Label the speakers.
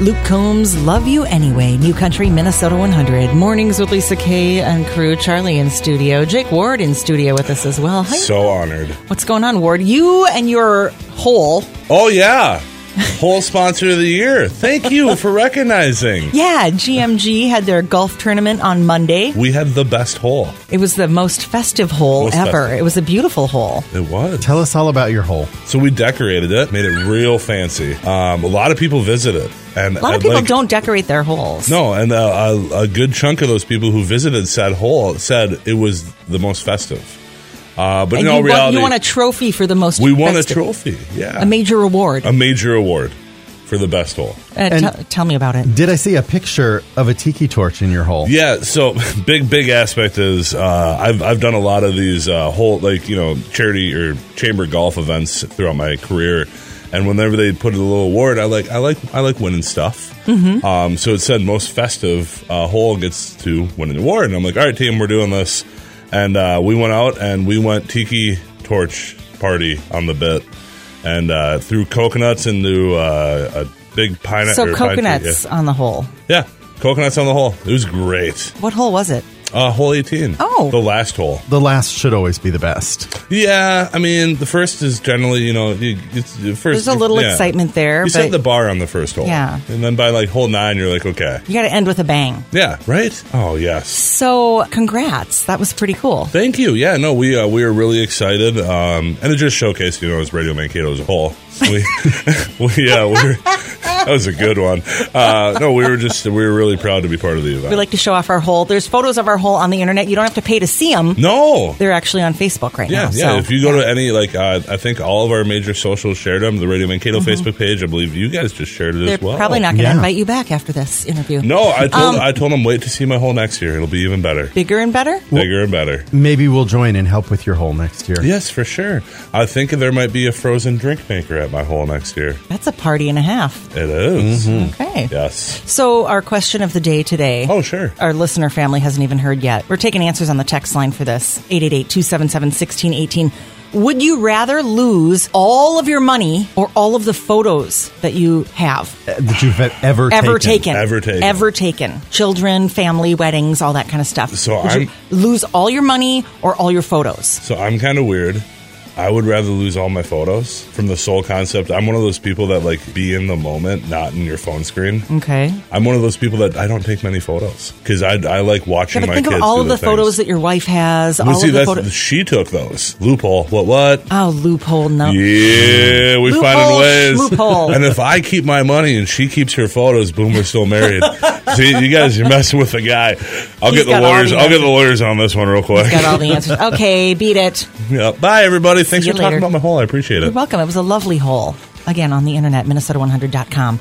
Speaker 1: Luke Combs, Love You Anyway, New Country, Minnesota 100. Mornings with Lisa Kay and crew. Charlie in studio. Jake Ward in studio with us as well. Hi.
Speaker 2: So honored.
Speaker 1: What's going on, Ward? You and your whole.
Speaker 2: Oh yeah. Whole sponsor of the year. Thank you for recognizing.
Speaker 1: Yeah, GMG had their golf tournament on Monday.
Speaker 2: We had the best hole.
Speaker 1: It was the most festive hole
Speaker 2: Most
Speaker 1: ever.
Speaker 2: festive.
Speaker 1: It was a beautiful hole.
Speaker 2: It was.
Speaker 3: Tell us all about your hole.
Speaker 2: So we decorated it, made it real fancy. Um, a lot of people visit it, and
Speaker 1: A lot of people
Speaker 2: like-
Speaker 1: don't decorate their holes.
Speaker 2: No, and uh, a, a good chunk of those people who visited said hole said it was the most festive. Uh, but
Speaker 1: And
Speaker 2: in
Speaker 1: you,
Speaker 2: all
Speaker 1: want,
Speaker 2: reality,
Speaker 1: you want a trophy for the most
Speaker 2: we won
Speaker 1: festive-
Speaker 2: a Um, trophy. Yeah,
Speaker 1: A major reward.
Speaker 2: a major award for the best hole.
Speaker 1: Uh,
Speaker 3: and-
Speaker 1: t- tell me about it.
Speaker 3: Did I see a picture of a tiki torch in your hole?
Speaker 2: Yeah, so big big aspect is uh, I've I've done a lot of these uh, whole like you know charity or chamber golf events throughout my career, and whenever they put a little award, I like I like I like winning stuff. Mm-hmm. Um, so it said most festive uh, hole gets to win an award, and I'm like, all right, team, we're doing this, and uh, we went out and we went tiki torch party on the bit, and uh, threw coconuts into uh, a big pineapple.
Speaker 1: So coconuts on the hole.
Speaker 2: yeah. Coconuts on the hole. It was great.
Speaker 1: What hole was it?
Speaker 2: Uh, hole 18.
Speaker 1: Oh.
Speaker 2: The last hole.
Speaker 3: The last should always be the best.
Speaker 2: Yeah, I mean, the first is generally, you know, you, it's the first.
Speaker 1: There's a little
Speaker 2: yeah.
Speaker 1: excitement there, but
Speaker 2: You set the bar on the first hole.
Speaker 1: Yeah.
Speaker 2: And then by like hole nine, you're like, okay.
Speaker 1: you got to end with a bang.
Speaker 2: Yeah, right? Oh, yes.
Speaker 1: So, congrats. That was pretty cool.
Speaker 2: Thank you. Yeah, no, we uh, we are really excited. Um, and it just showcased, you know, as Radio Mankato as a whole. We, we, uh, we were, that was a good one. Uh, no, we were just, we were really proud to be part of the event.
Speaker 1: We like to show off our hole. There's photos of our hole on the internet. You don't have to pay to see them.
Speaker 2: no,
Speaker 1: They're actually on Facebook right
Speaker 2: Yeah,
Speaker 1: now.
Speaker 2: yeah.
Speaker 1: so-
Speaker 2: if you go to any like, uh, I think all of our major socials shared them. The Radio Mankato Facebook page, I believe you guys just shared it
Speaker 1: Mm-hmm. they're
Speaker 2: as well.
Speaker 1: probably not going to
Speaker 3: Yeah.
Speaker 1: invite you back after this interview. Um,
Speaker 2: No, I told I told them wait to see my hole next year. It'll be even better,
Speaker 1: Bigger and better?
Speaker 2: bigger and better.
Speaker 3: Maybe we'll join and help with your hole next year.
Speaker 2: Yes, for sure. I think there might be a frozen drink maker at my hole next year.
Speaker 1: That's a party and a half.
Speaker 2: It is.
Speaker 1: Okay.
Speaker 2: Yes.
Speaker 1: So, our question of the day today.
Speaker 2: Oh, sure.
Speaker 1: Our listener family hasn't even heard yet. We're taking answers on the text line for this 888 277 1618. Would you rather lose all of your money or all of the photos that you have
Speaker 3: That you've e- ever
Speaker 1: ever taken?
Speaker 2: Ever taken.
Speaker 1: Ever taken. Children, family, weddings, all that kind of stuff.
Speaker 2: So
Speaker 1: Would you
Speaker 2: I'm-
Speaker 1: lose all your money or all your photos?
Speaker 2: So I'm kind of weird. I would rather lose all my photos from the sole concept. I'm one of those people that like be in the moment, not in your phone screen.
Speaker 1: Okay.
Speaker 2: I'm one of those people that I don't take many photos because I, I like watching
Speaker 1: Yeah, but
Speaker 2: my
Speaker 1: think
Speaker 2: kids.
Speaker 1: of all
Speaker 2: do
Speaker 1: of the
Speaker 2: things.
Speaker 1: photos that your wife has.
Speaker 2: Well,
Speaker 1: all
Speaker 2: see,
Speaker 1: of the
Speaker 2: that's,
Speaker 1: photos.
Speaker 2: she took those loophole. What? What?
Speaker 1: Oh, loophole! No,
Speaker 2: Yeah, we
Speaker 1: Loophole,
Speaker 2: finding ways.
Speaker 1: loophole.
Speaker 2: And if I keep my money and she keeps her photos, boom, we're still married. see, you guys, you're messing with the guy. I'll
Speaker 1: He's
Speaker 2: get the
Speaker 1: got all
Speaker 2: lawyers.
Speaker 1: the
Speaker 2: I'll get the lawyers on this one real quick.
Speaker 1: got all the answers. Okay, beat it.
Speaker 2: Yeah. Bye, everybody. Thanks
Speaker 1: See you
Speaker 2: for talking
Speaker 1: later.
Speaker 2: about my hole. I appreciate it.
Speaker 1: You're welcome. It was a lovely hole. Again, on the internet, minnesota100.com.